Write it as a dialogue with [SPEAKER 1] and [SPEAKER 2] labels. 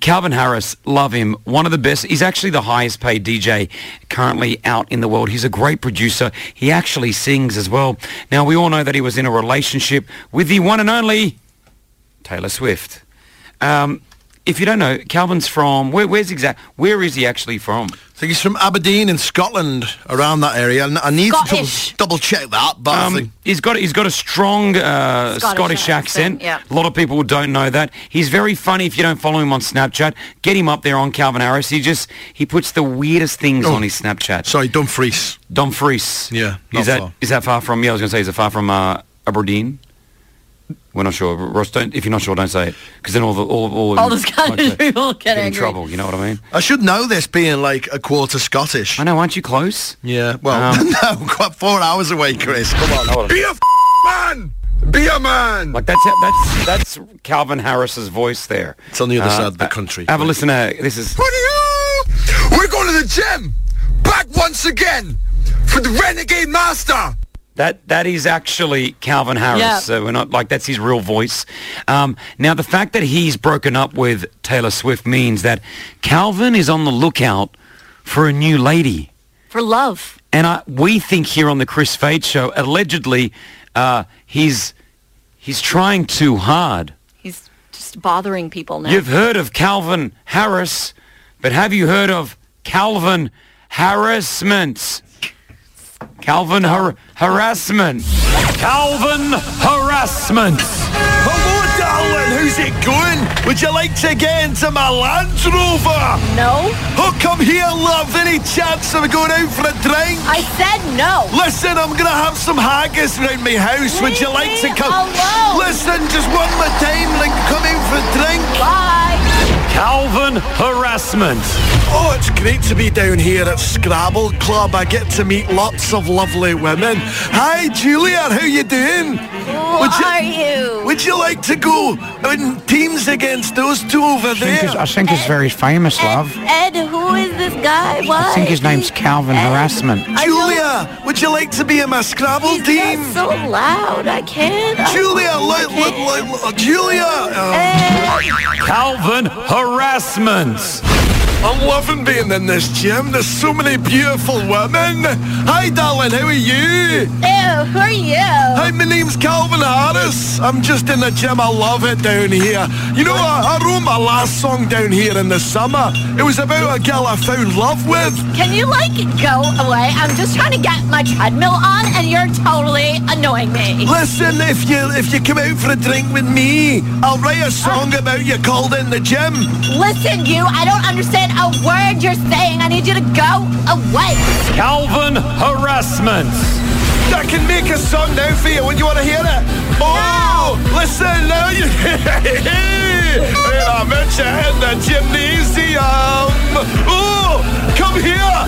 [SPEAKER 1] Calvin Harris, love him. One of the best. He's actually the highest paid DJ currently out in the world. He's a great producer. He actually sings as well. Now, we all know that he was in a relationship with the one and only Taylor Swift. Um, if you don't know, Calvin's from, where, where's exact, where is he actually from?
[SPEAKER 2] I think he's from Aberdeen in Scotland, around that area. And I need
[SPEAKER 3] Scottish.
[SPEAKER 2] to double, double check that, but I think
[SPEAKER 1] Um, he's got he's got a strong uh,
[SPEAKER 3] Scottish
[SPEAKER 1] Scottish, accent.
[SPEAKER 3] accent, yeah.
[SPEAKER 1] A lot of people don't know that. He's very funny. If you don't follow him on Snapchat, get him up there on Calvin Harris. He just he puts the weirdest things
[SPEAKER 2] Oh.
[SPEAKER 1] on his Snapchat.
[SPEAKER 2] sorry, Dumfries.
[SPEAKER 1] Don Fries.
[SPEAKER 2] Yeah, not
[SPEAKER 1] Is that is
[SPEAKER 2] far.
[SPEAKER 1] that far from? Yeah, I was going to say, is it far from uh, Aberdeen? We're not sure. Ross, don't, if you're not sure, don't say it. Because then all the all all, of
[SPEAKER 3] All
[SPEAKER 1] you-
[SPEAKER 3] the Scottish
[SPEAKER 1] like,
[SPEAKER 3] people get
[SPEAKER 1] get in
[SPEAKER 3] angry.
[SPEAKER 1] trouble. You know what I mean?
[SPEAKER 2] I should know this, being like a quarter Scottish.
[SPEAKER 1] I know. Aren't you close?
[SPEAKER 2] Yeah, well,
[SPEAKER 1] Um,
[SPEAKER 2] no, quite four hours away, Chris. Come on.
[SPEAKER 4] Be a f- man. Be a man.
[SPEAKER 1] Like that's that's that's Calvin Harris's voice there. Uh,
[SPEAKER 2] It's on the other side of the country.
[SPEAKER 1] Have a listen. To, this is.
[SPEAKER 4] Buddy-oo! We're going to the gym. Back once again for the Renegade Master.
[SPEAKER 1] That that is actually Calvin Harris.
[SPEAKER 3] Yeah.
[SPEAKER 1] So we're not like that's his real voice. Um, now the fact that he's broken up with Taylor Swift means that Calvin is on the lookout for a new lady.
[SPEAKER 3] For love.
[SPEAKER 1] And I, we think here on the Chris Fade show, allegedly, uh, he's he's trying too hard.
[SPEAKER 3] He's just bothering people now.
[SPEAKER 1] You've heard of Calvin Harris, but have you heard of Calvin harassment? Calvin har- harassment. Calvin harassment.
[SPEAKER 2] Hello, darling. How's it going? Would you like to get into my Land Rover?
[SPEAKER 3] no.
[SPEAKER 2] Oh, come here, love. Any chance of going out for a drink?
[SPEAKER 3] I said no.
[SPEAKER 2] Listen, I'm gonna have some haggis round my house. Would you
[SPEAKER 3] Leave
[SPEAKER 2] like to
[SPEAKER 3] me
[SPEAKER 2] come?
[SPEAKER 3] alone.
[SPEAKER 2] Listen, just one more time, like come in for a drink.
[SPEAKER 3] Bye.
[SPEAKER 1] Calvin harassment.
[SPEAKER 2] Oh, it's great to be down here at Scrabble Club. I get to meet lots of lovely women. Hi, Julia, how you doing?
[SPEAKER 3] Who
[SPEAKER 2] Would you-
[SPEAKER 3] are you?
[SPEAKER 2] Would you like to go in teams against those two over there?
[SPEAKER 5] I think he's very famous,
[SPEAKER 3] Ed,
[SPEAKER 5] love.
[SPEAKER 3] Ed, who is this guy? What?
[SPEAKER 5] I think his name's Calvin
[SPEAKER 3] Ed,
[SPEAKER 5] Harassment.
[SPEAKER 3] I don't-
[SPEAKER 2] Julia, would you like to be in my Scrabble
[SPEAKER 3] He's
[SPEAKER 2] team?
[SPEAKER 3] not so loud. I can't. I-
[SPEAKER 2] Julia, like, like, like, like- Julia. Oh,
[SPEAKER 3] Ed,
[SPEAKER 1] Calvin harassment.
[SPEAKER 2] I'm loving being in this gym. There's so many beautiful women. Hi, darling, how are you?
[SPEAKER 3] Ew, who are you?
[SPEAKER 2] Hi, my name's Calvin Harris. I'm just in the gym. I love it down here. You know, I, I wrote my last song down here in the summer. It was about a girl I found love with.
[SPEAKER 3] Can you like go away? I'm just trying to get my treadmill on, and you're totally annoying me.
[SPEAKER 2] Listen, if you if you come out for a drink with me, I'll write a song about you called in the gym.
[SPEAKER 3] Listen, you. I don't understand a word you're saying. I need you to go away.
[SPEAKER 1] Calvin harassment.
[SPEAKER 2] I can make a song now for you. Would you want to hear it? Oh, listen now. You and I met you in the gymnasium. Oh, come here.